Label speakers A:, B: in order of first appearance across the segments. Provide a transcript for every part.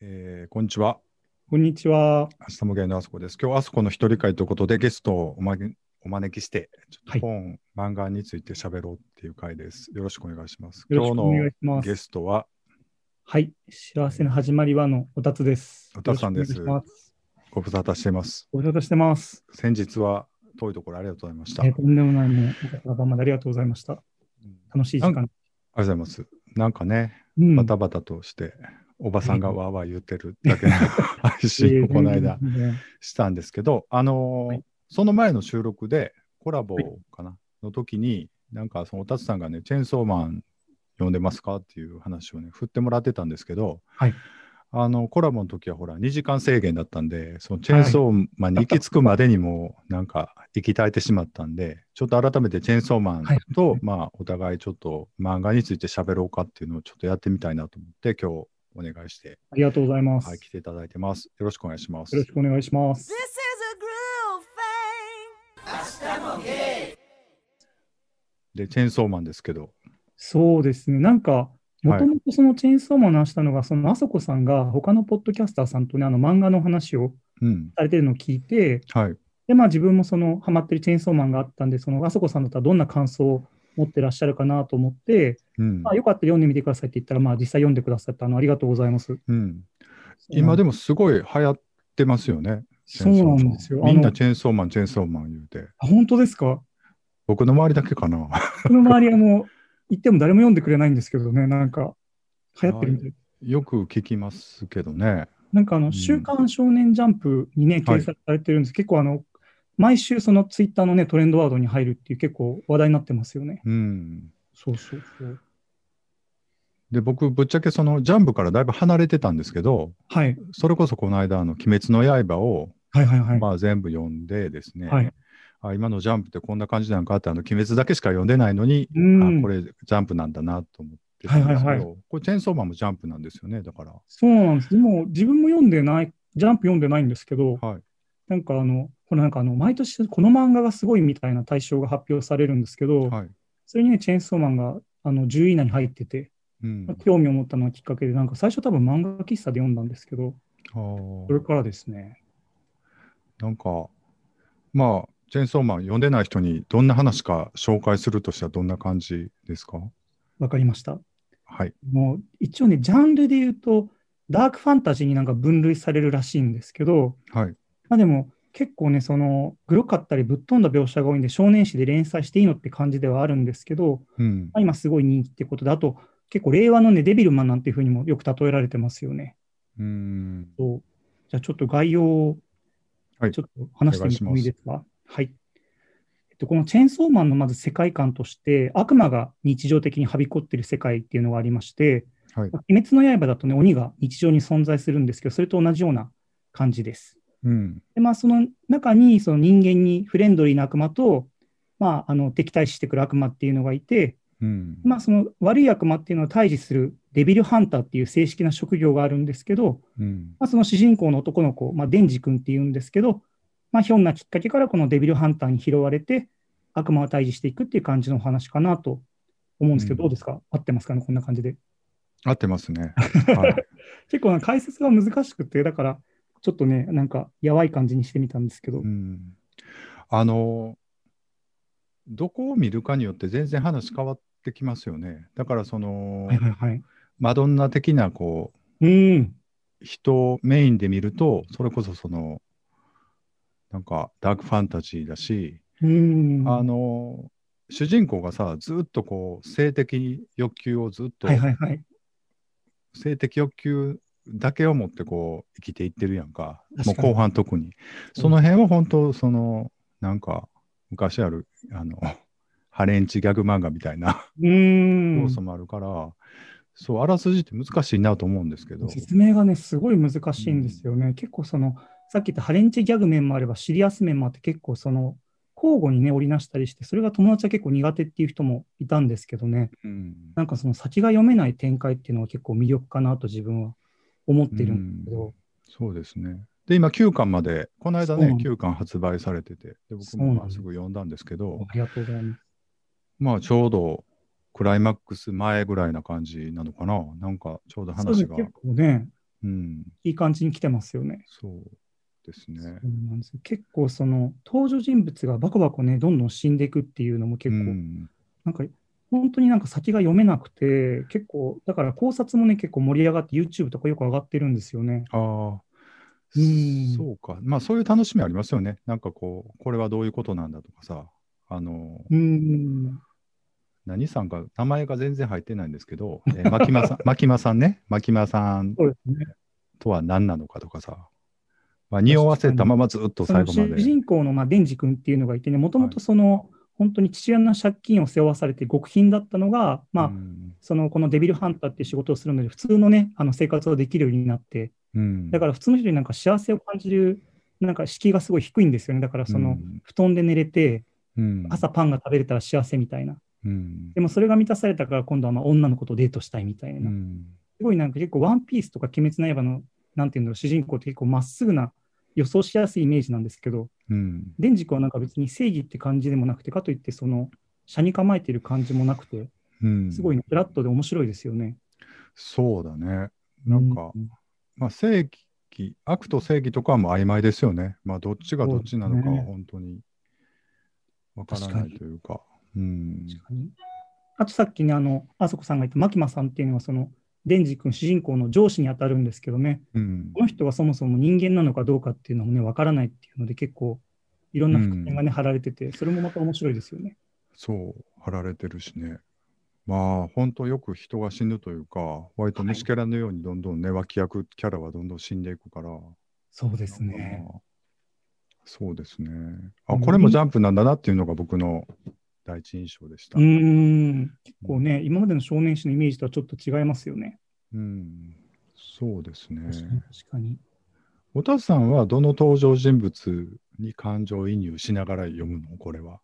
A: えーこんにちは。
B: こんにちは。
A: 明日もゲイのあそこです。今日あそこの一人会ということでゲストをおまげお招きして、ちょっと
B: はい
A: 本、漫画について喋ろうっていう会です。よろしくお願いします。
B: よろ
A: 今日
B: しくお願いし
A: の
B: ま
A: ゲ
B: す。
A: ストは、
B: はい。幸せの始まりはのおたつです。
A: おたつさんです
B: よろしくお願いします
A: ご無沙汰しています。
B: ご無沙汰してます。
A: 先日は遠いところありがとうございました。
B: えーとんでもないもう、おかまでありがとうございました。
A: うん
B: 楽しい時間。
A: ありがとうございます。なんかね、
B: うん
A: バタバタとして、おばさんがわーわー言ってるだ けの配信をこの間
B: えー全然
A: したんですけど、あのー
B: はい
A: その前の収録でコラボ
B: はい
A: かな、の時に、なんかそのおたつさんがね、チェーンソーマン呼んでますかっていう話をね、振ってもらってたんですけど、
B: はい
A: あのコラボの時はほら、2時間制限だったんで、そのチェーンソーマンに行き着くまでにも、なんか行き絶えてしまったんで、ちょっと改めてチェーンソーマン
B: はい
A: と、まあ、お互いちょっと漫画について喋ろうかっていうのをちょっとやってみたいなと思って、今日お願いして、
B: ありがとうございます。
A: はい、
B: よ
A: 来ていただいてます。よろしくお願いします。
B: ろしくお願いします。
C: This is a groove thing.
A: で、チェーンソーマンですけど、
B: そうですね。なんか、も
A: はい
B: ともとそのチェーンソーマンの話したのが、そのあそこさんが他のポッドキャスターさんとね、あの漫画の話を
A: うん、
B: されてるのを聞いて、
A: はい、
B: で、まあ自分もそのハマってるチェーンソーマンがあったんで、そのあそこさんだったらどんな感想を持ってらっしゃるかなと思って、
A: うん
B: まあ、よかったら読んでみてくださいって言ったら、まあ、実際読んでくださったあのありがとうございます。
A: うん。今でもすごい流行ってますよね。チェ
B: そう
A: ーンソー
B: な
A: マン
B: んですよ。
A: みんな
B: あの
A: チェーンソーマン、チェーンソーマン言うて。
B: あ本当ですか
A: 僕の周りだけかな。
B: この周り、あの、行っても誰も読んでくれないんですけどね、なんか、流行ってるみたい。
A: よく聞きますけどね。
B: なんか、あ
A: うん
B: の、週刊少年ジャンプにね、
A: はい
B: 掲載されてるんです。結構、あの、毎週、そのツイッターのね、トレンドワードに入るっていう、結構話題になってますよね。
A: うん。
B: そうそうそう。
A: で、僕、ぶっちゃけそのジャンプからだいぶ離れてたんですけど、
B: はい。
A: それこそこの間、あの、鬼滅の刃を、
B: はいはいはい。
A: まあ全部読んでですね、
B: はい
A: あ今のジャンプってこんな感じなんかって、あの、鬼滅だけしか読んでないのに、
B: うん
A: あ、これジャンプなんだなと思ってたんですけど、
B: はいはいは
A: これチェーンソーマンもジャンプなんですよね、だから。
B: そうなんです。でも、自分も読んでない、ジャンプ読んでないんですけど、
A: はい。
B: なんかあの、これなんかあの、毎年この漫画がすごいみたいな大賞が発表されるんですけど、
A: はい。
B: それにね、チェーンソーマンがあの10位以内に入ってて、
A: うん。
B: 興味を持ったのがきっかけで、なんか最初多分漫画喫茶で読んだんですけど、
A: あー
B: それからですね。
A: なんか、まあ、チェーンソーマン読んでない人にどんな話か紹介するとしたらどんな感じですか
B: わかりました。
A: はい。
B: もう一応ね、ジャンルで言うと、ダークファンタジーになんか分類されるらしいんですけど、
A: はい。
B: まあでも結構ね、その、グロかったりぶっ飛んだ描写が多いんで、少年誌で連載していいのって感じではあるんですけど、
A: うん
B: ま。あ今すごい人気ってことで、あと結構令和のね、デビルマンなんていうふうにもよく例えられてますよね。
A: うーん。
B: そうじゃあちょっと概要を
A: はい
B: ちょっと話してみてもいいですか。はいえっと、このチェーンソーマンのまず世界観として、悪魔が日常的にはびこっている世界っていうのがありまして、
A: はい
B: まあ鬼滅の刃だとね、鬼が日常に存在するんですけど、それと同じような感じです。
A: うん。
B: でまあ、その中にその人間にフレンドリーな悪魔と、まあ、あの敵対視してくる悪魔っていうのがいて、
A: うん。
B: まあ、その悪い悪魔っていうのを対峙するデビルハンターっていう正式な職業があるんですけど、
A: うん。
B: まあ、その主人公の男の子、まあ、デンジ君っていうんですけど、まあ、ひょんなきっかけからこのデビルハンターに拾われて、悪魔を退治していくっていう感じのお話かなと思うんですけ
A: う
B: ど、
A: ん
B: どうですか合ってますかねこんな感じで。
A: 合ってます ね。はい。
B: 結構な解説が難しくて、だから、ちょっとね、なんか、やばい感じにしてみたんですけど
A: う。ん。あの、どこを見るかによって全然話変わってきますよね。だから、その
B: はい、はいはい。
A: マドンナ的な、こう、
B: うん。
A: 人をメインで見ると、それこそその、なんかダークファンタジーだし、
B: うん。
A: あの、主人公がさ、ずっとこう、性的欲求をずっと、
B: はいはいはい。
A: 性的欲求だけを持ってこう、生きていってるやんか。もう
B: 確かに
A: 後半特に。その辺は本当、その、なんか、昔ある、あの、 ハレンチギャグ漫画みたいな
B: うん
A: 要。素もあるから、そう、あらすじって難しいなと思うんですけど。
B: 説明がね、すごい難しいんですよね。結構その、さっき言ったハレンチギャグ面もあれば、シリアス面もあって、結構その、交互にね、織りなしたりして、それが友達は結構苦手っていう人もいたんですけどね、
A: うん
B: なんかその先が読めない展開っていうのは結構魅力かなと自分は思ってるんですけ
A: うん
B: ど、
A: そうですね。で、今9巻まで、この間
B: そうな
A: ね、
B: んだ
A: 9巻発売されてて、で僕
B: そうな
A: も
B: ん
A: ま
B: だ
A: あすぐ読んだんですけど、
B: ありがとうございます。
A: まあちょうどクライマックス前ぐらいな感じなのかな、なんかちょうど話
B: そうで
A: が
B: す。結構ね、
A: うん。
B: いい感じに来てますよね。
A: そうです
B: そう
A: ね。
B: なんですよ結構その登場人物がバコバコねどんどん死んでいくっていうのも結構、
A: うん
B: なんか本当になんか先が読めなくて結構だから考察もね結構盛り上がって YouTube とかよく上がってるんですよね。
A: ああ、
B: うん
A: そうか。まあ、そういう楽しみありますよね。なんかこう、これはどういうことなんだとかさ、あの、
B: うん
A: 何さんか、名前が全然入ってないんですけど、えー、牧間さん、牧間さんね、牧間さん
B: そうですね。
A: とは何なのかとかさ、まあ、匂わせたままずっと
B: そ
A: 最
B: の
A: 後
B: 主
A: まで。
B: 人公のまあデンジ君っていうのがいてねもともとその、本当に父親の借金を背負わされて極貧だったのがまあ、
A: うん
B: そのこのデビルハンターっていう仕事をするので普通のねあの生活をできるようになって
A: うん、、
B: だからら普通の人になんか幸せを感じるなんか敷居がすごい低いんですよねだからその、布団で寝れて
A: うん、
B: 朝パンが食べれたら幸せみたいな
A: うん、
B: でもそれが満たされたから今度はまあ女の子とデートしたいみたいな、
A: うん
B: すごいなんか結構「ワンピースとか「鬼滅の刃」のなんていうんだろう主人公って結構まっすぐな予想しやすいイメージなんですけど
A: うん、
B: デンジ君はなんか別に正義って感じでもなくてかといってその車に構えてる感じもなくて
A: うん、
B: すごいねフラットで面白いですよね。
A: そうだね。なんか、
B: う
A: まあ、正義、悪と正義とかはもう曖昧ですよね。まあ、どっちがどっちなのか
B: そう
A: は
B: ですね
A: 本当にわからないというか。うん、
B: 確かにあとさっきね、あの、あそこさんが言った、マキマさんっていうのは、その、デンジ君、主人公の上司に当たるんですけどね、
A: うん
B: この人がそもそも人間なのかどうかっていうのもね、わからないっていうので、結構、いろんな伏線がね、貼られてて、それもまた面白いですよね。
A: そう、貼られてるしね。まあ、本当よく人が死ぬというか、割と虫キャラのようにどんどんね、脇役キャラはどんどん死んでいくから。
B: そうで
A: です
B: ね。。
A: そうですね。
B: う
A: あ、
B: ん
A: これもジャンプなんだなっていうのが僕の第一印象でした。
B: うーん、結構ね、今までの少年誌のイメージとはちょっと違いますよね。
A: うん、そうですね。
B: 確かに、確かに。
A: おたさんはどの登場人物に感情移入しながら読むのこれは。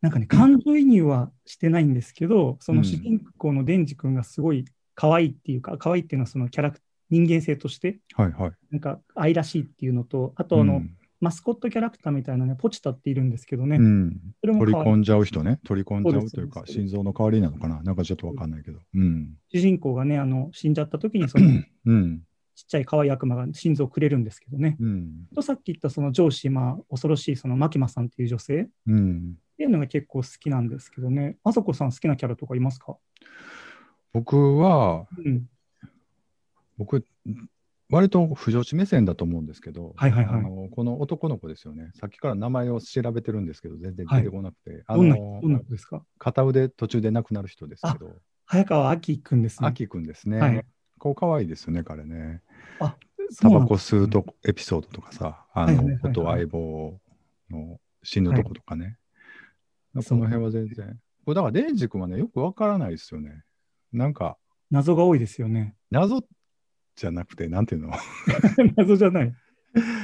B: なんかね、感情移入はしてないんですけど、そ
A: うん
B: の主人公のデンジ君がすごい可愛いっていうか、可愛いっていうのはそのキャラク人間性として、
A: はいはい。
B: なんか愛らしいっていうのと、あとあ
A: う
B: の、
A: ん
B: マスコットキャラクターみたいなね、ポチタっているんですけどね、
A: うん
B: それも
A: 取り
B: 可愛い
A: 込んじゃう人ね。取り込んじゃ
B: そう
A: う
B: です
A: というか
B: そ、うです
A: 心臓の代わりなのかななんかちょっとわかんないけど。うん。
B: 主人公がね、あの死んじゃった時にそのちっ
A: うん。
B: ちゃい可愛い悪魔が心臓をくれるんですけどね。
A: うん。
B: とさっき言ったその上司、まあ、恐ろしいそのマキマさんっていう女性っ
A: うん。
B: ていうのが結構好きなんですけどね、あそこさん好きなキャラとかいますか
A: 僕は、
B: うん。
A: 僕、割と不女子目線だと思うんですけど、
B: はいはい
A: あ
B: はい。
A: のこの男の子ですよね。さっきから名前を調べてるんですけど、全然出てこなくて、あ
B: どんな、
A: の
B: どんな子ですか
A: 片腕途中で亡くなる人ですけど、
B: 早川明くんですね。
A: あきくんですね。
B: はい
A: こう可愛いですよね、彼ね。
B: そ
A: タ
B: うな
A: バ
B: ん
A: コ吸うとこエピソードとかさ、あ
B: はい
A: の、
B: はいはいはい
A: 元相棒の死ぬとことかね。
B: はい
A: この辺は全然。これだから、デンジ君はね、よくわからないですよね。なんか、
B: 謎が多いです よね。
A: 謎じゃなくて、なんていう の
B: 謎じゃない。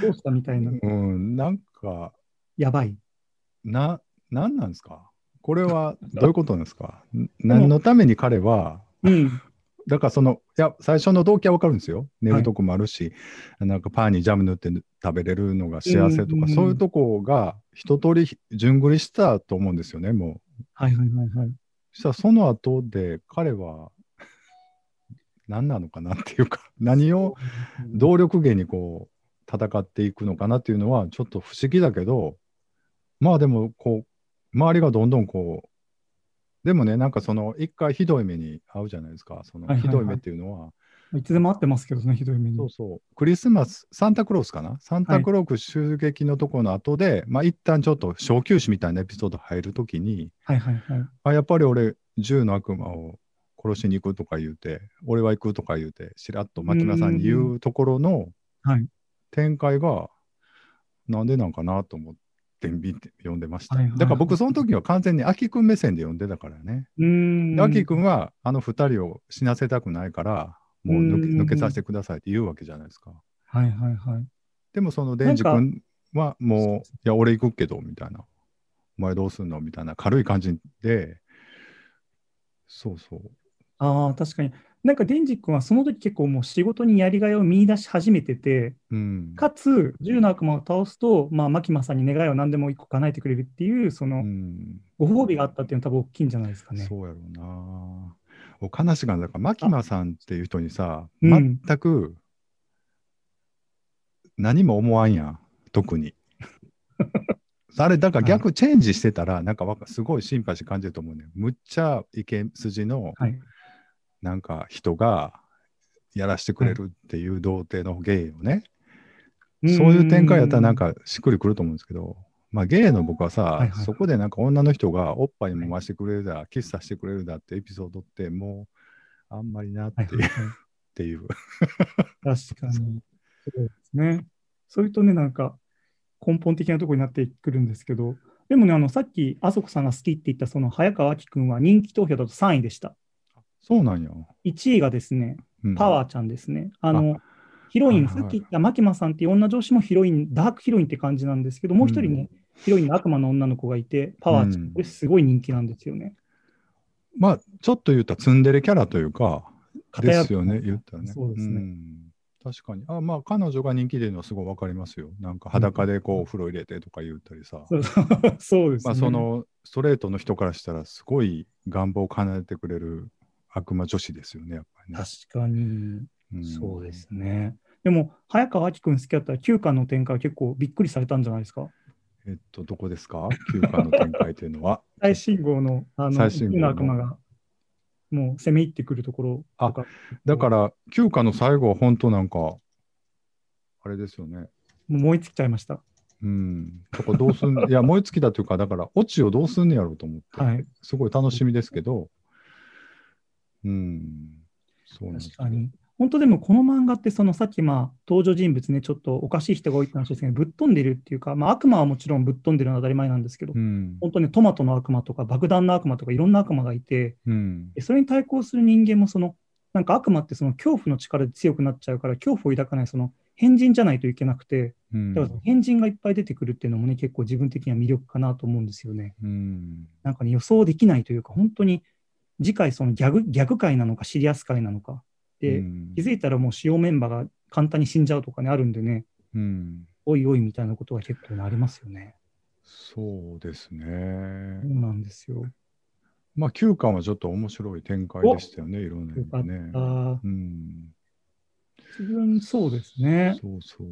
B: どうしたみたいな。
A: うん、なんか、
B: やばい。
A: な、なんなんですかこれはどういうことなんですかん何のために彼は、
B: うん。
A: だからその、いや、最初の動機はわかるんですよ。寝るとこもあるし、なんかパンにジャム塗って食べれるのが幸せ
B: うん
A: と
B: うんう
A: か、
B: ん
A: そういうとこが一通り順繰りしたと思うんですよね、もう。
B: はいはいはいはい。
A: そしたらその後で彼は何なのかなっていう か、何を動力源にこう戦っていくのかなっていうのはちょっと不思議だけど、まあでもこう、周りがどんどんこう、でもね、なんかその一回ひどい目に遭うじゃないですか、その
B: はいはい
A: ひ
B: はい
A: どい目っていうのは、
B: いつでも会ってますけどね、ひどい目に。
A: そうそう、クリスマス、サンタクロースかな、サンタクロース襲撃のところの後で、まあ一旦ちょっと小休止みたいなエピソード入るときに、
B: はいはいはい。
A: あ、やっぱり俺、銃の悪魔を殺しに行くとか言うて、俺は行くとか言うて、しらっと牧村さんに言うところの
B: はい
A: 展開が、なんでなんかなと思って見て読んでました。
B: はいはい
A: だから僕、その時は完全に秋君目線で読んでたからね。
B: うーん。
A: で秋君はあの二人を死なせたくないから、もう抜け
B: うん
A: 抜けさせてくださいって言うわけじゃないですか。
B: はいはいはい。
A: でもそのデンジ
B: なん
A: 君はもう、いや、俺行くけど、みたいな。お前どうすんのみたいな軽い感じで、そうそう。
B: ああ、確かに。なんか、デンジ君はその時結構もう仕事にやりがいを見出し始めてて、
A: うん。
B: かつ、銃の悪魔を倒すと、まあ、マキマさんに願いを何でも一個叶えてくれるっていう、その
A: う、ん、
B: ご褒美があったっていうのは多分大きいんじゃないですかね。
A: そうやろうな。お悲しが、だから、牧間さんっていう人にさ、
B: うん
A: 全く何も思わんやん、特 に。あれ、だから逆チェンジしてたら、なんかわかすごいシンパシー感じると思うね。むっちゃイケ筋の
B: はい。
A: なんか人がやらしてくれるっていう童貞の芸をね、そういう展開やったらなんかしっくりくると思うんですけど、まあ芸の僕はさ、
B: はいはい
A: そこでなんか女の人がおっぱいも回してくれるだ、キスさせてくれるだってエピソードってもうあんまりなって
B: はい
A: いう,、
B: はいはい
A: っていう。
B: 確かに。そうですね。それとね、なんか根本的なところになってくるんですけど、でもね、あのさっき、あそこさんが好きって言った、その早川明君は人気投票だと3位でした。
A: そうなんよ。
B: 1位がですね、
A: うん
B: パワーちゃんですね。あの、ヒロイン、
A: はいはい
B: さっき言った牧間さんっていう女上司もヒロイン、ダークヒロインって感じなんですけど、もう一人ね、ヒロインの悪魔の女の子がいて、パワーちゃ
A: うん
B: ん、これすごい人気なんですよね。
A: まあちょっと言ったらツンデレキャラというか、
B: 片
A: で
B: や
A: すよね、言ったらね。
B: そうですね
A: ん確かに。あまあ、彼女が人気出るのはすごいわかりますよ。なんか裸でこう、お風呂入れてとか言ったりさ。
B: そう そうです
A: ま
B: ね。
A: あ、そのストレートの人からしたら、すごい願望を叶えてくれる悪魔女子ですよね、やっぱりね。
B: 確かに。
A: うん
B: そうですね。でも、早川明君好きだったら、9巻の展開は結構びっくりされたんじゃないですか。
A: えっと、どこですか休暇の展開というの は。
B: 最新号の、あの、
A: 最新
B: 一
A: 号の
B: 匹の悪魔が、もう攻め入ってくるところとか、
A: だから、休暇の最後は本当なんか、あれですよね。
B: もう燃え尽きちゃいました。
A: うん。とかどうすん、 いや、燃え尽きたというか、だから、オチをどうすんねやろうと思って、
B: はい。
A: すごい楽しみですけど、うん。そうなんです
B: 確
A: よ
B: かに。本当でもこの漫画ってそのさっきまあ登場人物ねちょっとおかしい人が多いって話ですけどぶっ飛んでるっていうか、まあ、悪魔はもちろんぶっ飛んでるのは当たり前なんですけど、
A: うん。
B: 本当にトマトの悪魔とか爆弾の悪魔とかいろんな悪魔がいて、
A: うん。
B: でそれに対抗する人間もそのなんか悪魔ってその恐怖の力で強くなっちゃうから恐怖を抱かないその変人じゃないといけなくて
A: うん
B: だからその変人がいっぱい出てくるっていうのもね結構自分的には魅力かなと思うんですよね。
A: うん。
B: なんかね予想できないというか本当に次回そのギャグギャグ界なのかシリアス界なのかで、
A: うん
B: 気づいたらもう主要メンバーが簡単に死んじゃうとかねあるんでね
A: うん。
B: おいおいみたいなことが結構ねありますよね。
A: そうです
B: そう
A: ね。
B: なんですよ。
A: まあ、9巻はちょっと面白い展開でしたよね、いろんな意
B: よかっ
A: 味
B: た。
A: でね。うん。
B: 自分そうですね。
A: そうそう。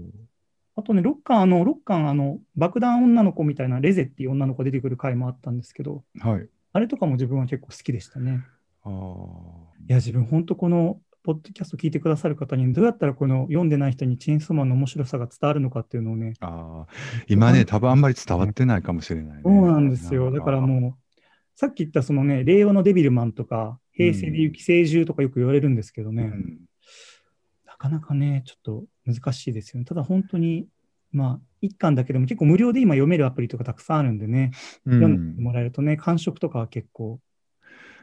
B: あとね、6巻、あの、6巻、あの、爆弾女の子みたいなレゼっていう女の子が出てくる回もあったんですけど、
A: はい。
B: あれとかも自分は結構好きでしたね。
A: ああ。
B: いや、自分、本当この、ポッドキャスト聞いてくださる方に、どうやったらこの読んでない人にチェーンソーマンの面白さが伝わるのかっていうのをね、
A: ああ。今ね、多分あんまり伝わってないかもしれない、ね。
B: そうなんですよ。だから
A: う。
B: もう、さっき言ったそのね、令和のデビルマンとか、平成でいう寄生獣とかよく言われるんですけど
A: う
B: ね、
A: ん、
B: なかなかね、ちょっと難しいですよね。ただ本当に、まあ、1巻だけでも結構無料で今読めるアプリとかたくさんあるんでね、
A: う
B: 読んで
A: ん
B: もらえるとね、感触とかは結構。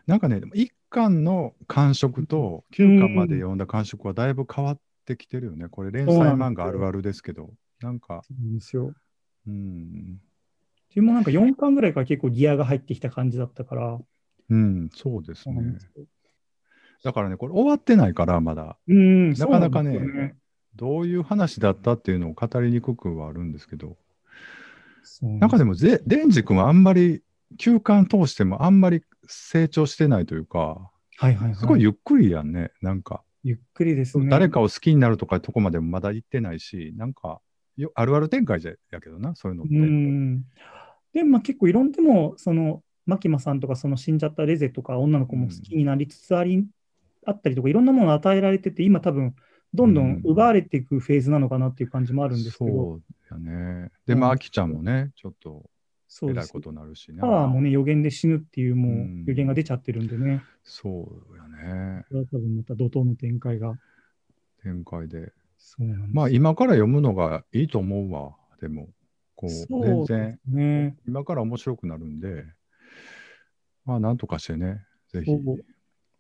A: なんかね、でも1巻の感触と9巻まで読んだ感触はだいぶ変わってきてるよね。これ連載漫画あるあるですけど、なんか、
B: そうなんですよ。
A: うん、
B: 自分もなんか4巻ぐらいから結構ギアが入ってきた感じだったから。
A: うん、そうです
B: そうなん
A: ね
B: で。すよ
A: だからね、これ終わってないから、まだ。
B: うん、
A: なかなかね
B: そうなんですよね
A: どういう話だったっていうのを語りにくくはあるんですけど、
B: そうなん
A: なんかでもぜ、デンジ君はあんまり、休館通してもあんまり成長してないというか、
B: はいはいはい。
A: すごいゆっくりやんね、なんか。
B: ゆっくりですね。
A: 誰かを好きになるとかいうとこまでもまだ行ってないし、なんか、よあるある展開じゃやけどな、そういうのっ
B: う
A: て。
B: ん。で、まあ結構いろんでも、その、牧間さんとか、その死んじゃったレゼとか、女の子も好きになりつつあり、あったりとか、いろんなものを与えられてて、今多分、どんどん奪われていくフェーズなのかなっていう感じもあるんですけど、
A: そうやね。で、まあ、
B: うん
A: あきちゃんもね、ちょっと
B: そう
A: え
B: で
A: らい
B: す
A: ことになるしね
B: パ。ワーもね、予言で死ぬっていう、
A: う
B: も
A: ん
B: う予言が出ちゃってるんでね、
A: そうやね。
B: これは多分また怒涛の展開が。
A: 展開で。
B: そうなんです
A: まあ今から読むのがいいと思うわ。でも、こう、
B: そ
A: 全
B: うで
A: 然
B: すね。
A: 今から面白くなるんで、まあなんとかしてね、ぜひ。
B: こう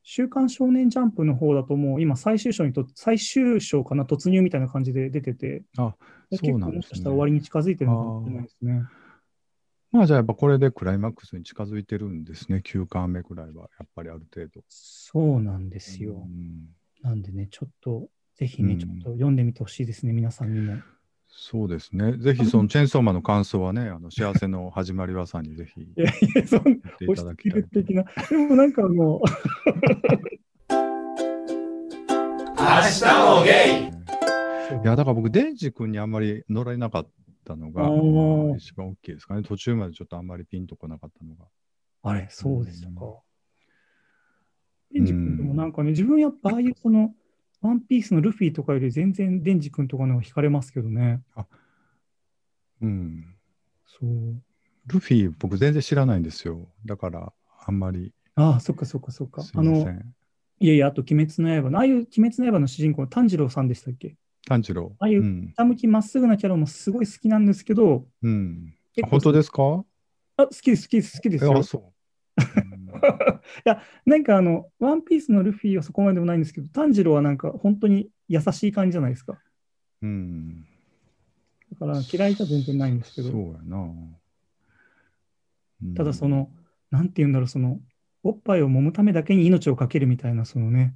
B: 週刊少年ジャンプの方だと、もう今最終章にと、最終章かな、突入みたいな感じで出てて、
A: あそうなん
B: 結構も
A: で
B: し
A: す
B: か
A: ね
B: したら終わりに近づいてるのかもしれないですね。
A: まあじゃあやっぱこれでクライマックスに近づいてるんですね、9巻目くらいは、やっぱりある程度。
B: そうなんです
A: う
B: よ。
A: ん
B: なんでね、ちょっと、ぜひね、
A: うん
B: ちょっと読んでみてほしいですね、皆さんにも。
A: そうですね。ぜひそのチェーンソーマンの感想はね、あの幸せの始まりはさんにぜひ
B: いやい や、そん
A: 言ってい
B: な、
A: た
B: 押
A: だ
B: し
A: き
B: 切
A: たい
B: る。的な。でもなんかもう、
D: 明日もゲイ
A: い や、だから僕、デンジ君にあんまり乗られなかったのが
B: あー、
A: 一番大きいですかね。途中までちょっとあんまりピンとこなかったのが。
B: あれ、そうでしたか
A: う。
B: デンジ君でもなんかね、自分やっぱああいうその、ワンピースのルフィとかより全然デンジ君とかの方が惹かれますけどね。
A: うん。
B: そう。
A: ルフィ、僕全然知らないんですよ。だから、あんまり、
B: ああ、そっかそっかそっか。
A: すい
B: あ
A: ませ
B: の、
A: ん。
B: いやいや、あと、鬼滅の刃の、ああいう鬼滅の刃の主人公、炭治郎さんでしたっけ
A: 炭治郎。。
B: ああいうん下向きまっすぐなキャラもすごい好きなんですけど、
A: うん。
B: 結構
A: 本当ですか
B: あ、好きです、好きです、好きです
A: い
B: よ
A: や、。そう。うん
B: なんかあの、ワンピースのルフィはそこまででもないんですけど、炭治郎はなんか本当に優しい感じじゃないですか。
A: うん。
B: だから嫌いじゃ全然ないんですけ
A: そ
B: ど、
A: うやな。うん
B: ただそ、の、なんて言うんだろう、その、おっぱいを揉むためだけに命をかけるみたいな、そのね、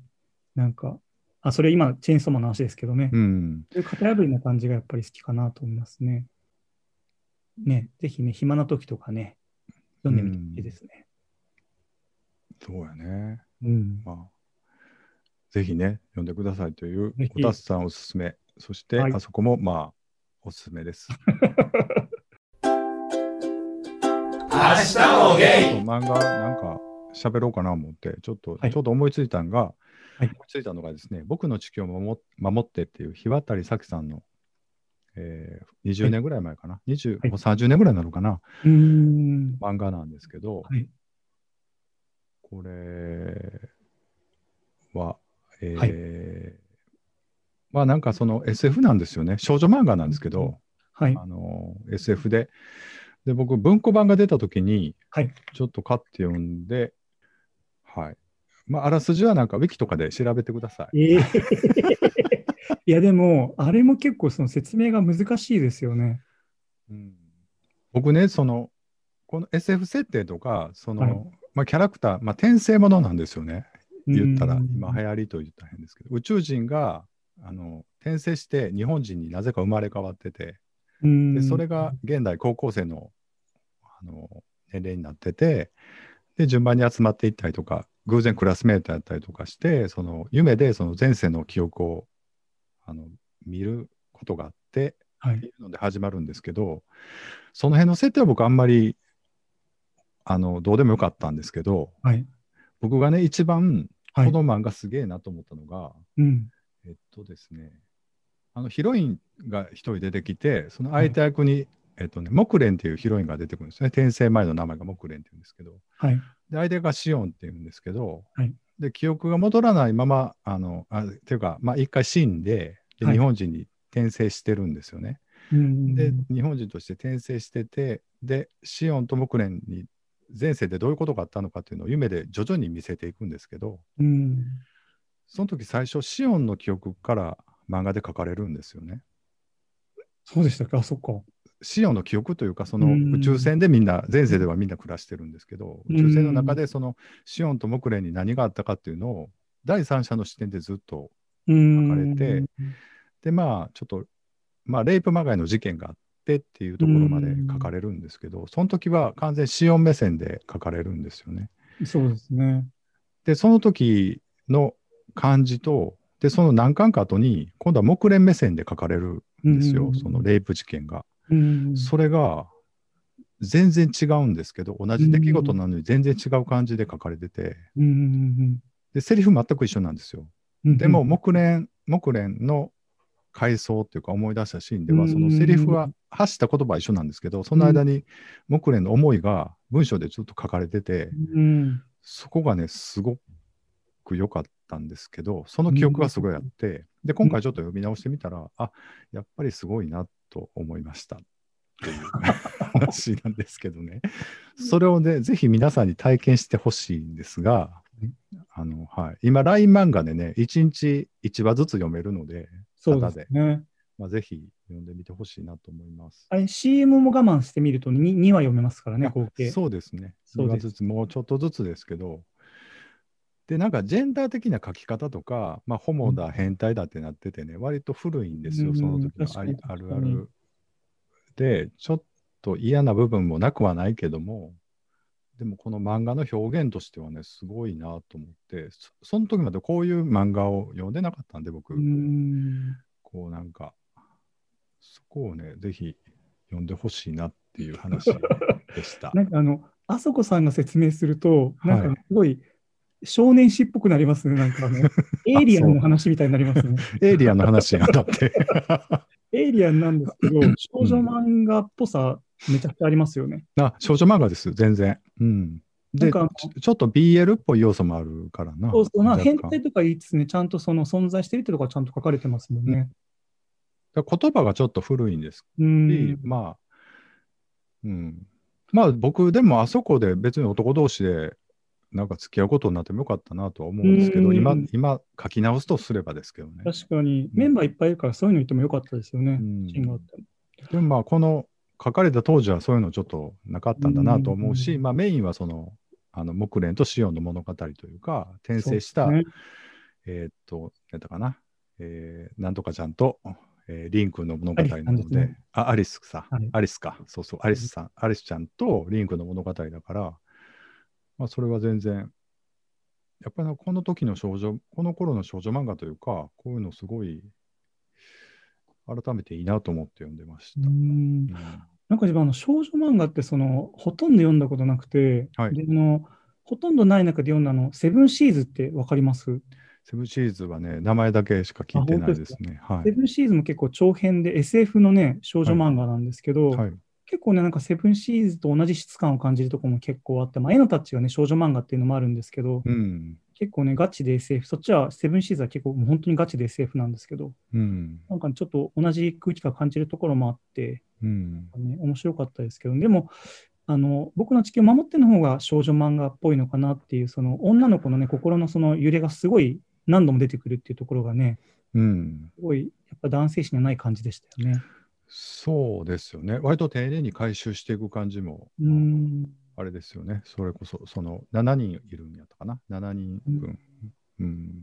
B: なんか、あ、それ今、チェーンソーマンの話ですけどね、
A: うん。
B: そういう型破りな感じがやっぱり好きかなと思いますね。ね、ぜひね、暇な時とかね、読んでみてほしいですね。
A: そうやね。
B: うん。
A: まあ、ぜひね、読んでくださいという
B: ぜひ、
A: こたつさんおすすめ。そして、
B: はい
A: あそこも、まあ、おすす めです。
D: 明日もゲイ
A: ちょっと漫画、なんか、喋ろうかな思って、ちょっと、
B: はい
A: ちょうど思いついたんが、
B: はい
A: 思いついたのがですね、僕の地球を守守ってっていう、日渡り咲さんの、えー、20年ぐらい前かな、20
B: はい
A: もう30年ぐらいになのかな、
B: うーん。
A: 漫画なんですけど、
B: はい。
A: これは、えー
B: はい
A: まあなんかその SF なんですよね。少女漫画なんですけど、
B: はい。
A: あの SF で。で、僕、文庫版が出た時に
B: はい、
A: ちょっと買って読んで、はい。まあ、あらすじはなんか、ウィキとかで調べてください。
B: ええ いや、でも、あれも結構その説明が難しいですよね。
A: うん僕ね、その、この SF 設定とか、その、
B: はい
A: まあ、キャラクター、まあ、転生ものなんですよね。言ったら、
B: うん
A: 今流行りと言ったら変ですけど、宇宙人があの転生して日本人になぜか生まれ変わってて、
B: うん
A: でそれが現代高校生のあの年齢になってて、で順番に集まっていったりとか、偶然クラスメートやったりとかして、その夢でその前世の記憶をあの見ることがあって、
B: は
A: ってい
B: い。
A: うので始まるんですけど、その辺の設定は僕あんまりあのどうでもよかったんですけど、
B: はい。
A: 僕がね、一番こ
B: はい
A: の漫画すげえなと思ったのが、
B: うん。
A: えっとですね、あのヒロインが一人出てきて、その相手役に、えっとね、木蓮っていうヒロインが出てくるんですね。転生前の名前が木蓮っていうんですけど、
B: はい。
A: で相手がシオンっていうんですけど、
B: はい
A: で記憶が戻らないまま、あのあっていうか、まあ、一回死んでで、
B: はい
A: 日本人に転生してるんですよね。
B: うん
A: で、日本人として転生してて、で、シオンと木蓮に前世でどういうことがあったのかっていうのを夢で徐々に見せていくんですけど、
B: うん。
A: その時最初、シオンの記憶から漫画で書かれるんですよね。
B: そうでしたっけあ、そっか。
A: シオンの記憶というか、そうの
B: ん
A: 宇宙船でみんな、前世ではみんな暮らしてるんですけど、宇宙船の中でそのシオンと木蓮に何があったかっていうのを、第三者の視点でずっと、
B: うん。
A: 書かれてで、まあ、ちょっと、まあ、レイプまがいの事件があってっていうところまで書かれるんですけど、その時は完全シオン目線で書かれるんですよね。
B: そうですね。
A: で、その時の感じと、で、その何巻か後に、今度は木蓮目線で書かれるんですよ、
B: うん
A: そのレイプ事件が。
B: うん。
A: それが全然違うんですけど、同じ出来事なのに全然違う感じで書かれてて、
B: うん。
A: で、セリフ全く一緒なんですよ。
B: うん
A: でも、、木蓮、木蓮の回想っていうか思い出したシーンでは、そのセリフは発した言葉は一緒なんですけど、その間に木蓮の思いが文章でちょっと書かれてて、
B: うん。
A: そこがね、すごく良かったんですけど、その記憶がすごいあって、で、今回ちょっと読み直してみたら、あ、やっぱりすごいなと思いましたっていう話なんですけどね。それをね、ぜひ皆さんに体験してほしいんですが、あの、はい。今、LINE 漫画でね、1日1話ずつ読めるので、
B: そうですね。
A: まあ、ぜひ読んでみてほしいなと思います。
B: あれ、CM も我慢してみると 2, 2話読めますからね、合計。
A: そうですね。
B: そう
A: 2
B: で
A: 話
B: す
A: ずつ、もうちょっとずつですけど、で、なんかジェンダー的な書き方とか、まあ、ホモだ、変態だってなっててね、割と古いんです
B: う
A: よ、
B: ん
A: その時のあり
B: 確かに
A: あるあ
B: 確かに
A: る。で、ちょっと嫌な部分もなくはないけども、でもこの漫画の表現としてはね、すごいなと思って、そその時までこういう漫画を読んでなかったんで、僕、
B: うん。
A: ここうなんか、そこをね、ぜひ読んでほしいなっていう話で した。
B: なんかあの、あそこさんが説明すると、なん
A: はい
B: かすごい少年誌っぽくなりますね。なんか あの、エイリアンの話みたいになりますね。
A: エイリアンの話が当た って。
B: エイリアンなんですけど、少女漫画っぽさ、めちゃくちゃありますよね。
A: あ、少女漫画です、全然。うん。
B: な
A: で、
B: ん
A: ち
B: か
A: ょちょっと BL っぽい要素もあるからな。
B: そうそう、まあ、
A: 若
B: 変
A: 干
B: 態とかいいですね。ちゃんとその存在してるってとこはちゃんと書かれてますもんね。
A: だから言葉がちょっと古いんです
B: う
A: し、
B: ん。
A: まあ、うん。まあ僕でもあそこで別に男同士でなんか付き合うことになってもよかったなとは思うんですけど、
B: うん
A: 今、今書き直すとすればですけどね。
B: 確かに、メンバーいっぱいいるから、そういうの言ってもよかったですよね
A: う。ん
B: シーンがあっても。
A: でもまあこの書かれた当時はそういうのちょっとなかったんだなと思うし、
B: うん
A: まあメインはその、あの木蓮とシオンの物語というか、転生した、
B: そうですね
A: えーっと、やったかな、えーなんとかちゃんと、えーリン君の物語な
B: アリスさんで
A: の
B: す
A: で、
B: ね
A: あ、アリスさ、
B: はい
A: アリスか、そうそう、アリスさん、アリスちゃんとリン君の物語だから、まあそれは全然、やっぱりなこの時の少女、この頃の少女漫画というか、こういうのすごい、改めていいなと思って読んでました。う
B: うん
A: ん
B: なんか自分あの少女漫画ってそのほとんど読んだことなくて、
A: はい
B: であのほとんどない中で読んだあのセブンシーズってわかります、
A: セブンシーズはね、名前だけしか聞いてないですね。は
B: セブンシーズも結構長編で SF のね少女漫画なんですけど、
A: い。はい。
B: 結構ねなんかセブンシーズと同じ質感を感じるところも結構あって、まあ、絵のタッチがね少女漫画っていうのもあるんですけど、
A: うん。
B: 結構ねガチで SF そっちはセブンシーズは結構もう本当にガチで SF なんですけど
A: うん。
B: なんかちょっと同じ空気感感じるところもあって
A: うん。
B: ね、面白かったですけど、でも、あの僕の地球を守っての方が少女漫画っぽいのかなっていう、その女の子のね、心のその揺れがすごい何度も出てくるっていうところがね、
A: うん。
B: すごいやっぱ男性誌にはない感じでしたよね。
A: そうですよね。割と丁寧に回収していく感じも、
B: うーん、
A: あれですよね。それこそ、その7人いるんやったかな。7人分。うん。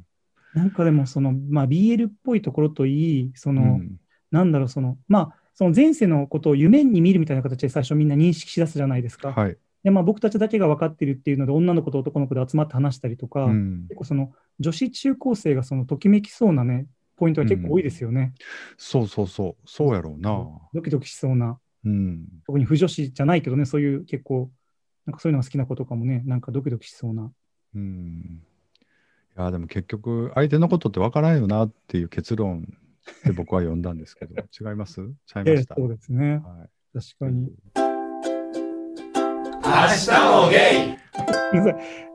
B: なんかでも、その、まあ、BL っぽいところといい、そうの、
A: ん。
B: なんだろう、その、まあ、その前世のことを夢に見るみたいな形で最初みんな認識しだすじゃないですか。
A: はい。
B: で、まあ、僕たちだけが分かってるっていうので、女の子と男の子で集まって話したりとか、
A: うん。
B: 結構その女子中高生がそのときめきそうなね、ポイントが結構多いですよね。
A: そうそうそう。そうやろうな。
B: ドキドキしそうな、
A: うん。
B: 特に不女子じゃないけどね、そういう結構、なんかそういうのが好きな子とかもね、なんかドキドキしそうな。
A: うん。いや、でも結局、相手のことってわからんよなっていう結論で僕は読んだんですけど、 違います違いました。
B: そうですね。
A: はい。
B: 確かに。
D: 明日もゲイ
B: ごめんなさい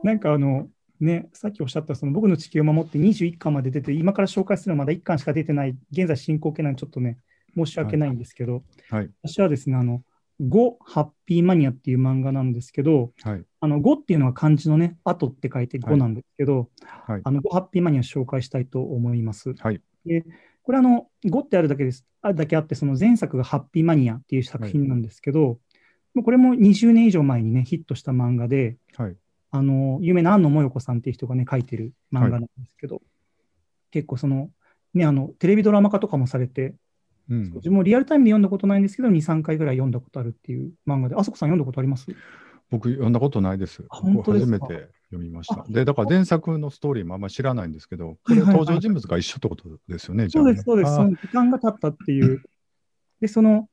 B: なんかあの、ね、さっきおっしゃった、その僕の地球を守って21巻まで出て、今から紹介するのはまだ1巻しか出てない、現在進行形なんでちょっとね、申し訳ないんですけど、
A: はい
B: 私はですね、あの、5ハッピーマニアっていう漫画なんですけど、
A: はい。
B: あの5っていうのは漢字のね、後って書いて5なんですけど、
A: はい
B: あの5ハッピーマニアを紹介したいと思います。
A: はい
B: でこれあの、5ってあるだけですあだけあって、その前作がハッピーマニアっていう作品なんですけど、もうこれも20年以上前にね、ヒットした漫画で、
A: はい。
B: あの有名な安野もよこさんっていう人がね、書いてる漫画なんですけど、結構その、ね、あのテレビドラマ化とかもされて、
A: うん
B: 自分もリアルタイムで読んだことないんですけど、2、3回ぐらい読んだことあるっていう漫画で、あそこさん読んだことあります
A: 僕、読んだことないです。
B: あ本当ですか
A: 僕初めて読みました
B: あ。
A: で、だから前作のストーリーもあんまり知らないんですけど、こ
B: はい
A: れ
B: はいはい
A: 登場人物が一緒ってことですよね、じ
B: そ
A: ゃあ
B: う
A: ね
B: です、そうです。
A: あー
B: その時間が経ったっ ていう。で、その、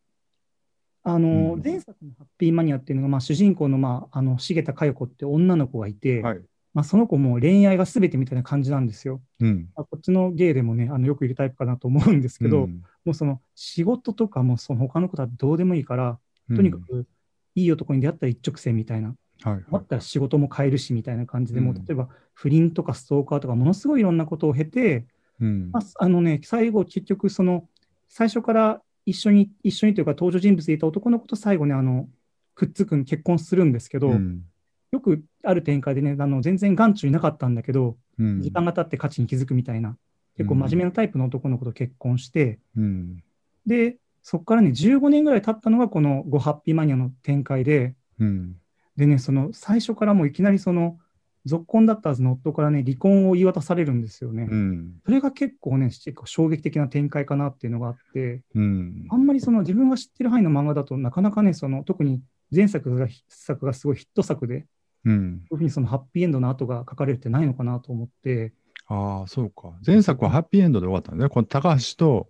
B: あの、
A: うん
B: 前作のハッピーマニアっていうのが、まあ、主人公の、まあ、あの、茂田佳代子って女の子がいて、
A: はい。
B: まあ、その子も恋愛が全てみたいな感じなんですよ。
A: うん。
B: まあこっちの芸でもね、あのよくいるタイプかなと思うんですけど、
A: う
B: も
A: ん
B: うその仕事とかもその他のことはどうでもいいから、とにかくいい男に出会ったら一直線みたいな、
A: うんはい。
B: だったら仕事も変えるしみたいな感じで、もう
A: う
B: 例
A: ん
B: えば不倫とかストーカーとか、ものすごいいろんなことを経て、
A: うん
B: まあ、あのね、最後、結局、その、最初から一緒に、一緒にというか、登場人物でいた男の子と最後ね、あの、くっつくん、結婚するんですけど、
A: うん
B: よくある展開でね、あの、全然眼中になかったんだけど、
A: うん
B: 時間が経って価値に気づくみたいな、結構真面目なタイプの男の子と結婚して、
A: うん
B: で、そこからね、15年ぐらい経ったのが、このゴハッピーマニアの展開で、
A: うん
B: でね、その、最初からもういきなりその、続婚だったはずの夫からね、離婚を言い渡されるんですよね。
A: うん
B: それが結構ね、結構衝撃的な展開かなっていうのがあって、
A: うん
B: あんまりその自分が知ってる範囲の漫画だとなかなかね、その特に前作が作がすごいヒット作で、
A: うん
B: こういうふうにそのハッピーエンドの後が書かれるってないのかなと思って、
A: ああ、そうか。前作はハッピーエンドで終わったんですね。この高橋と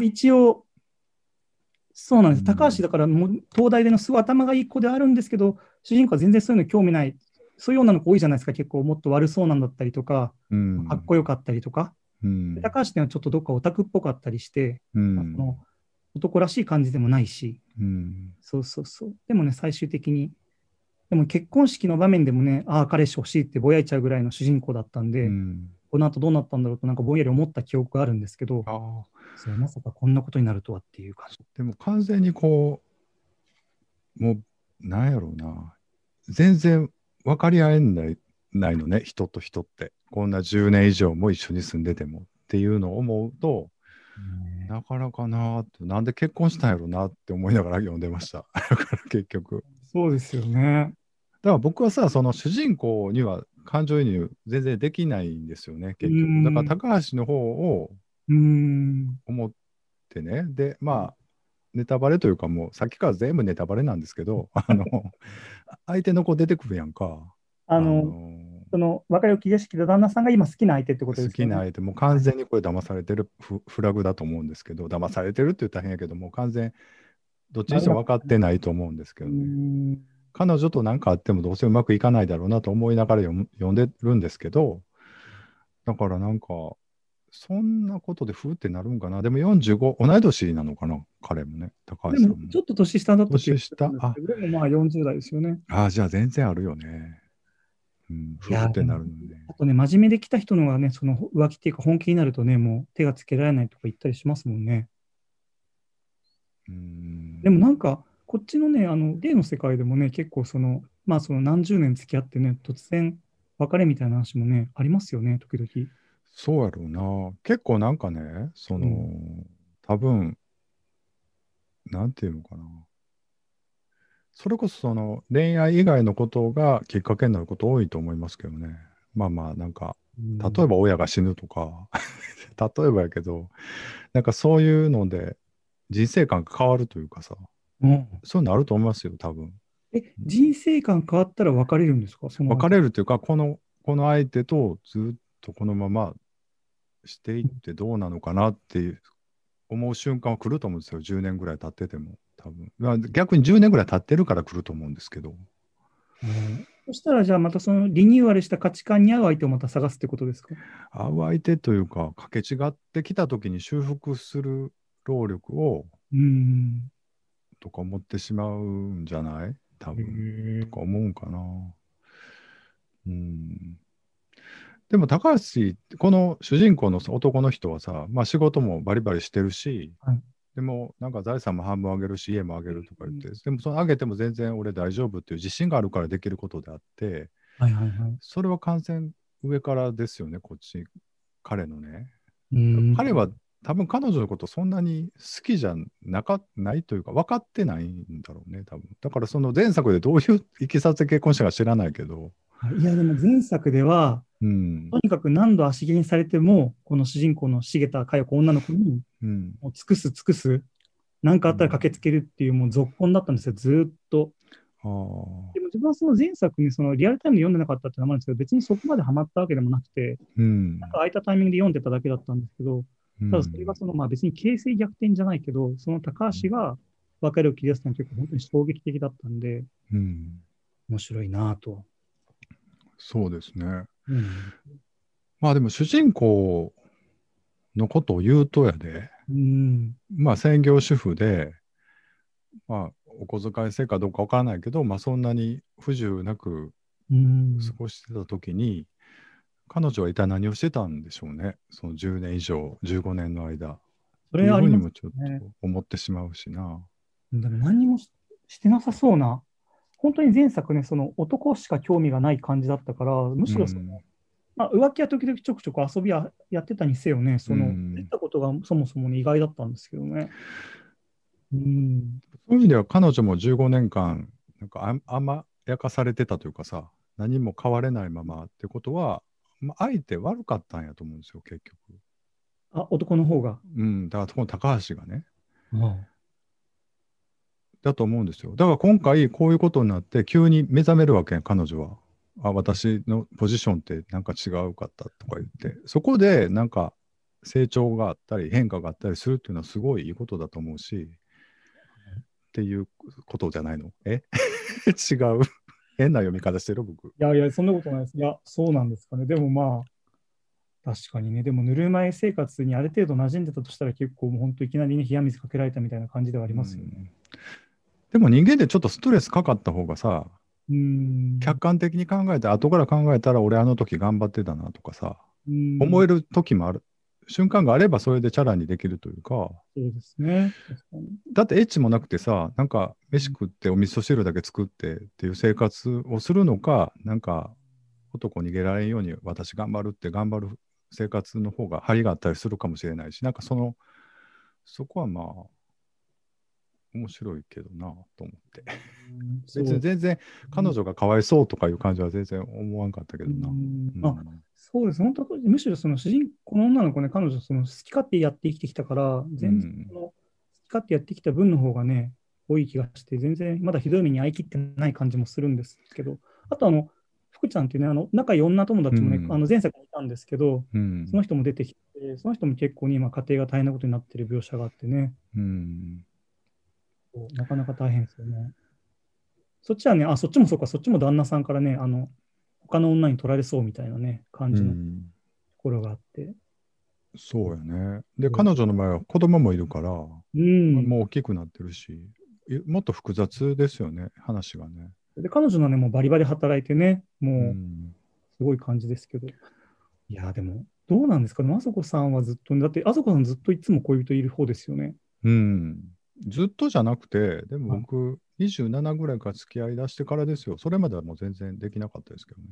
B: 一応、そうなんで
A: う
B: す。
A: ん
B: 高橋だからもう、東大でのすごい頭がいい子であるんですけど、主人公は全然そういうの興味ない。そういう女の子多いじゃないですか、結構もっと悪そうなんだったりとか、
A: うん
B: かっこよかったりとか。
A: うん
B: で高橋っていうのはちょっとどっかオタクっぽかったりして、
A: うん
B: あの男らしい感じでもないし、
A: うん
B: そうそうそう。でもね、最終的に、でも結婚式の場面でもね、ああ、彼氏欲しいってぼやいちゃうぐらいの主人公だったんで、
A: うん
B: この後どうなったんだろうと、なんかぼんやり思った記憶があるんですけど、
A: あー
B: そうまさかこんなことになるとはっていう感じ。
A: でも完全にこうもうなんやろうな全然分かり合えないないのね人と人ってこんな10年以上も一緒に住んでてもっていうのを思うとなかなかなーってなんで結婚したんやろうなって思いながら読んでました だから結局
B: そうですよね。
A: だから僕はさ、その主人公には感情移入全然できないんですよね、結
B: う
A: 局。
B: ん
A: だから高橋の方を
B: うーん。
A: 思ってね、で、まあ、ネタバレというか、もうさっきから全部ネタバレなんですけど、あの、相手の子出てくるやんか。
B: あの、その別れを切り出してきた旦那さんが今好きな相手ってことで
A: 好
B: すよ
A: き
B: ね。
A: な相手、もう完全にこれ騙されてるフフラグだと思うんですけど、騙されてるって言ったら変やけど、もう完全、どっちにしても分かってないと思うんですけ
B: う
A: ど
B: ー
A: ね。
B: ん。
A: 彼女と何かあってもどうせうまくいかないだろうなと思いながら読む読んでるんですけどだからなんかそんなことでふーってなるんかなでも45同い年なのかな彼もね高橋
B: で
A: さん
B: も
A: も、
B: ちょっと年下だった
A: 年下あ
B: でもまあ40代ですよね。
A: ああじゃあ全然あるよねうんふーってなるのね
B: あとね、真面目で来た人のがね、その浮気っていうか本気になるとね、もう手がつけられないとか言ったりしますもんね。
A: うん
B: でもなんか、こっちのね、あの、芸の世界でもね、結構その、まあその何十年付き合ってね、突然別れみたいな話もね、ありますよね、時々。
A: そうやろうな結構なんかねその、
B: うん
A: 多分なんていうのかなそれこそその恋愛以外のことがきっかけになること多いと思いますけどねまあまあなんか例えば親が死ぬとか、 例えばやけどなんかそういうので人生観が変わるというかさ
B: うん
A: そういうのあると思いますよ多分
B: え、人生観変わったら別れるんですかその
A: 別れるというかこのこの相手とずっとこのまましていってどうなのかなっていう思う瞬間は来ると思うんですよ10年ぐらい経ってても多分、まあ、逆に10年ぐらい経ってるから来ると思うんですけど
B: うんそしたらじゃあまたそのリニューアルした価値観に合う相手をまた探すってことですか
A: あ相手というかかけ違ってきた時に修復する労力を
B: うん。
A: とか思ってしまうんじゃない多分。とか思うんかな。うん。でも高橋、この主人公のさ男の人はさ、まあ仕事もバリバリしてるし、
B: はい
A: でもなんか財産も半分あげるし、家もあげるとか言って、
B: う
A: でもそのあげても全然俺大丈夫っていう自信があるからできることであって、
B: はいはいはい。
A: それは完全上からですよね、こっち、彼のね。
B: うん
A: 彼は多分彼女のことそんなに好きじゃなかないというか分かってないんだろうね多分だからその前作でどういういきさつで結婚したか知らないけど
B: いやでも前作では、
A: うん
B: とにかく何度足切りにされても、この主人公の茂田佳代子女の子に、
A: うん
B: もう尽くす尽くす、何かあったら駆けつけるっていう、もう続婚だったんですよ、ずーっと。
A: あー
B: でも自分はその前作にそのリアルタイムで読んでなかったってのもあるんですけど、別にそこまでハマったわけでもなくて、
A: うん
B: なんか空いたタイミングで読んでただけだったんですけど、
A: うん
B: ただそれがその、まあ別に形勢逆転じゃないけど、その高橋が別れを切り出すのは結構本当に衝撃的だったんで、
A: うん
B: 面白いなぁと。
A: そうですね
B: うん
A: まあでも主人公のことを言うとやで
B: うん。
A: まあ専業主婦でまあお小遣い制かどうか分からないけどまあそんなに不自由なく
B: うん。
A: 過ごしてた時に、彼女は一体何をしてたんでしょうねその10年以上15年の間
B: それあり
A: っていうふうに
B: ます
A: もちょっと思ってしまうしな、
B: でも何にもししてなさそうな、本当に前作ね、その男しか興味がない感じだったから、むしろその、
A: うん
B: まあ、浮気は時々ちょくちょく遊びはやってたにせよね、その、
A: うん
B: 出たことがそもそもね意外だったんですけどね。うん、
A: そういう意味では彼女も15年間なんかあん甘やかされてたというかさ何も変われないままってことは、まあ、相手悪かったんやと思うんですよ結局
B: あ男の方が。
A: うんだからこの高橋がねだと思うんですよだから今回こういうことになって急に目覚めるわけやん彼女はあ私のポジションってなんか違うかったとか言ってそこでなんか成長があったり変化があったりするっていうのはすごいいいことだと思うし、っていうことじゃないのえ 違う。変な読み方してる僕。
B: いやいや、そんなことないです。いや、そうなんですかね。でもまあ、確かにね、でもぬるま湯生活にある程度馴染んでたとしたら、結構もう本当いきなりね、冷や水かけられたみたいな感じではありますよね。
A: でも人間ってちょっとストレスかかった方がさ、
B: うーん。
A: 客観的に考えて、後から考えたら俺あの時頑張ってたなとかさ、思え
B: る。
A: る時もある。瞬間があればそれでチャラにできるというか、
B: そうですね。確かに
A: だってエッチもなくてさ、なんか飯食ってお味噌汁だけ作ってっていう生活をするのか、なんか男逃げられんように私頑張るって頑張る生活の方が張りがあったりするかもしれないし、なんかその、そこはまあ、面白いけどなと思って。
B: うんそう
A: 別に全然彼女がかわいそうとかいう感じは全然思わんかったけどな。
B: うん
A: うん
B: まあ、そうです。本当、むしろその主人公の女の子ね、彼女、その好き勝手やって生きてきたから、全
A: うん
B: 然その好き勝手やってきた分の方がね、多い気がして、全然まだひどい目に遭い切ってない感じもするんですけど、あとあの、福ちゃんっていうね、あの仲良い女友達もね、
A: うん
B: あの前作にいたんですけど、
A: うん
B: その人も出てきて、その人も結構に今、家庭が大変なことになってる描写があってね、
A: うん
B: こうなかなか大変ですよね。そっちはね、あ、そっちもそうか、そっちも旦那さんからね、あの、他の女に取られそうみたいなね、感
A: う
B: じのと
A: ん
B: ころがあって。
A: そうやね。で、彼女の場合は子供もいるから、
B: うん。
A: もう大きくなってるし、いもっと複雑ですよね、話がね。
B: で、彼女のね、もうバリバリ働いてね、
A: う
B: もうんすごい感じですけど。いや、でも、どうなんですかね、あそこさんはずっと、だって、あそこさんずっといつも恋人いる方ですよね。
A: うん、ずっとじゃなくて、でも僕、27ぐらいから付き合いだしてからですよ。それまではもう全然できなかったですけどね。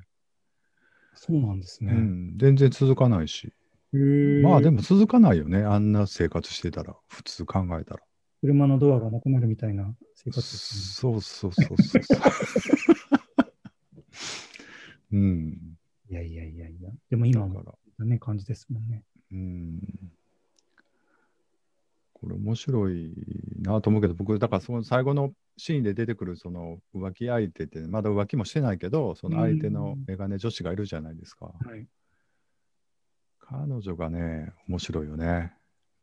B: そうなんです
A: う。ん、全然続かないし。
B: へえ
A: まあでも続かないよね、あんな生活してたら、普通考えたら。
B: 車のドアがなくなるみたいな生活です、
A: そうそうそうそう そう。うん、
B: ね。いやいやいやいや。でも今
A: だ
B: は
A: から、
B: ね、感じですもんね。
A: うん。これ面白いなと思うけど、僕、だからその最後のシーンで出てくるその浮気相手って、まだ浮気もしてないけど、その相手のメガネ女子がいるじゃないですか。
B: はい。
A: 彼女がね、面白いよね。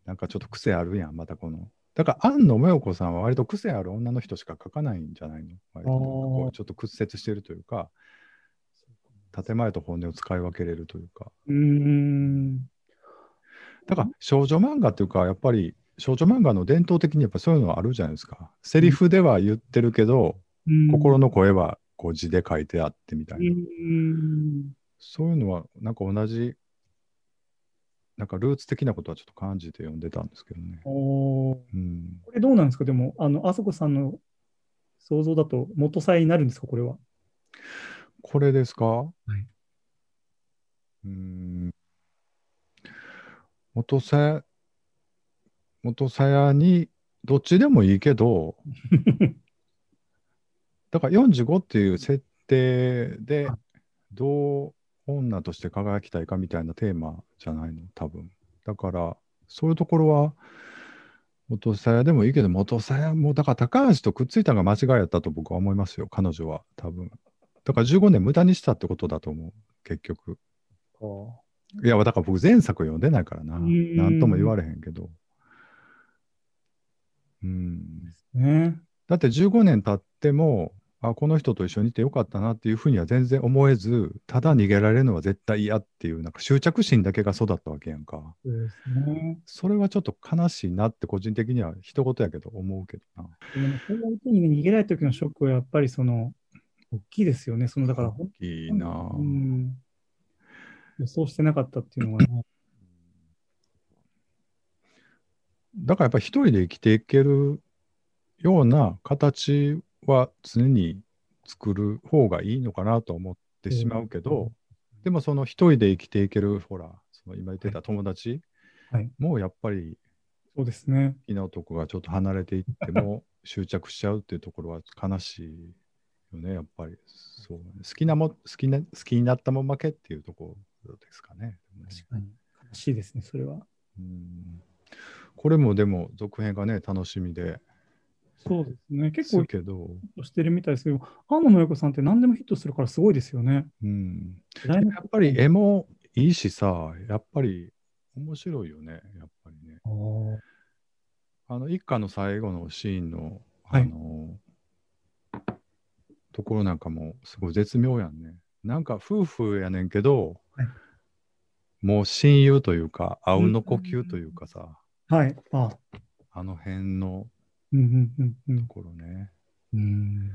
A: なんかちょっと癖あるやん、またこの。だから、安野美子さんは割と癖ある女の人しか描かないんじゃないの割となんかこ
B: あー
A: うちょっと屈折してるというか、建前と本音を使い分けれるというか。
B: うーん。
A: だから少女漫画っていうか、やっぱり少女漫画の伝統的にやっぱそういうのはあるじゃないですか。セリフでは言ってるけど、
B: うん
A: 心の声はこう字で書いてあってみたいうな。
B: ん。
A: そういうのはなんか同じ、なんかルーツ的なことはちょっと感じて読んでたんですけどね。
B: おー
A: うん、
B: これどうなんですかでも、あの、あそこさんの想像だと元妻になるんですかこれは。
A: これですか、
B: いう
A: ーん。元さや、元さやに、どっちでもいいけど、だから45っていう設定で、どう女として輝きたいかみたいなテーマじゃないの、多分。だから、そういうところは、元さやでもいいけど、元さやも、だから高橋とくっついたのが間違いやったと僕は思いますよ、彼女は、多分。だから15年無駄にしたってことだと思う、結局。いや、だから僕前作読んでないからな。
B: うん
A: なんとも言われへんけど。うん。
B: ね。
A: だって15年経っても、あ、この人と一緒にいてよかったなっていうふうには全然思えず、ただ逃げられるのは絶対嫌っていう、なんか執着心だけが育ったわけやんか。
B: そうですね。
A: それはちょっと悲しいなって個人的には一言やけど思うけどな。
B: でもね、そういう相手にね、逃げられた時のショックはやっぱりその、大きいですよね。その、だから、ほん
A: いいなぁ
B: うん。予想してなかったっていうのがね。
A: だからやっぱり一人で生きていけるような形は常に作る方がいいのかなと思ってしまうけど、でもその一人で生きていける、ほら、その今言ってた友達
B: はい
A: もやっぱり
B: そうですね。
A: 好きな男がちょっと離れていって も執着しちゃうっていうところは悲しいよね、やっぱり。そう好きなも好きな好きになったもん負けっていうところですかね。
B: 確かに。悲しいですね、それは。
A: うんこれもでも続編がね、楽しみで。
B: そうですね。
A: で
B: 結
A: す
B: 構ヒッ
A: けど、
B: トしてるみたいですけど、安野のよこさんって何でもヒットするからすごいですよね。
A: うん、
B: や
A: やっぱり絵もいいしさ、やっぱり面白いよね、やっぱりね。
B: お
A: あの、一家の最後のシーンの、
B: はい
A: あの、ところなんかも、すごい絶妙やんね。なんか夫婦やねんけど、
B: はい
A: もう親友というか、あうんの呼吸というかさ、
B: はい。あ、
A: あの辺の
B: うんうんうんうん
A: と。ころね。
B: うん。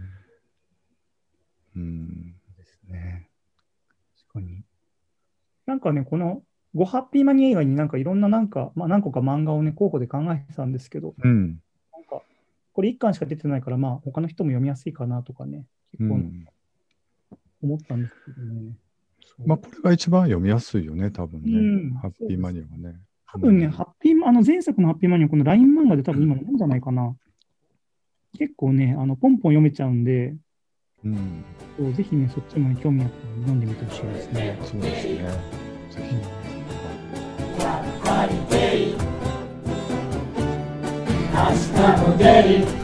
A: うん。
B: ですね。確かに。なんかね、この、ごハッピーマニ映画になんかいろんななんか、まあ何個か漫画をね、候補で考えてたんですけど、
A: うん。
B: なんか、これ一巻しか出てないから、まあ他の人も読みやすいかなとかね、
A: う
B: 結構
A: ん、
B: 思ったんですけどね。そう
A: まあ、これが一番読みやすいよね、多分ね。
B: うん
A: ハッピーマニアはね。
B: 多分ね、
A: うん
B: ハッピー、あの前作のハッピーマニア、この LINE 漫画で多分今なんじゃないかな。結構ね、あのポンポン読めちゃうんで、
A: うん。
B: そうぜひね、そっちも、ね、興味あったら読んでみてほしいですね。
A: そうですね。ぜひ。
D: 明日もデイ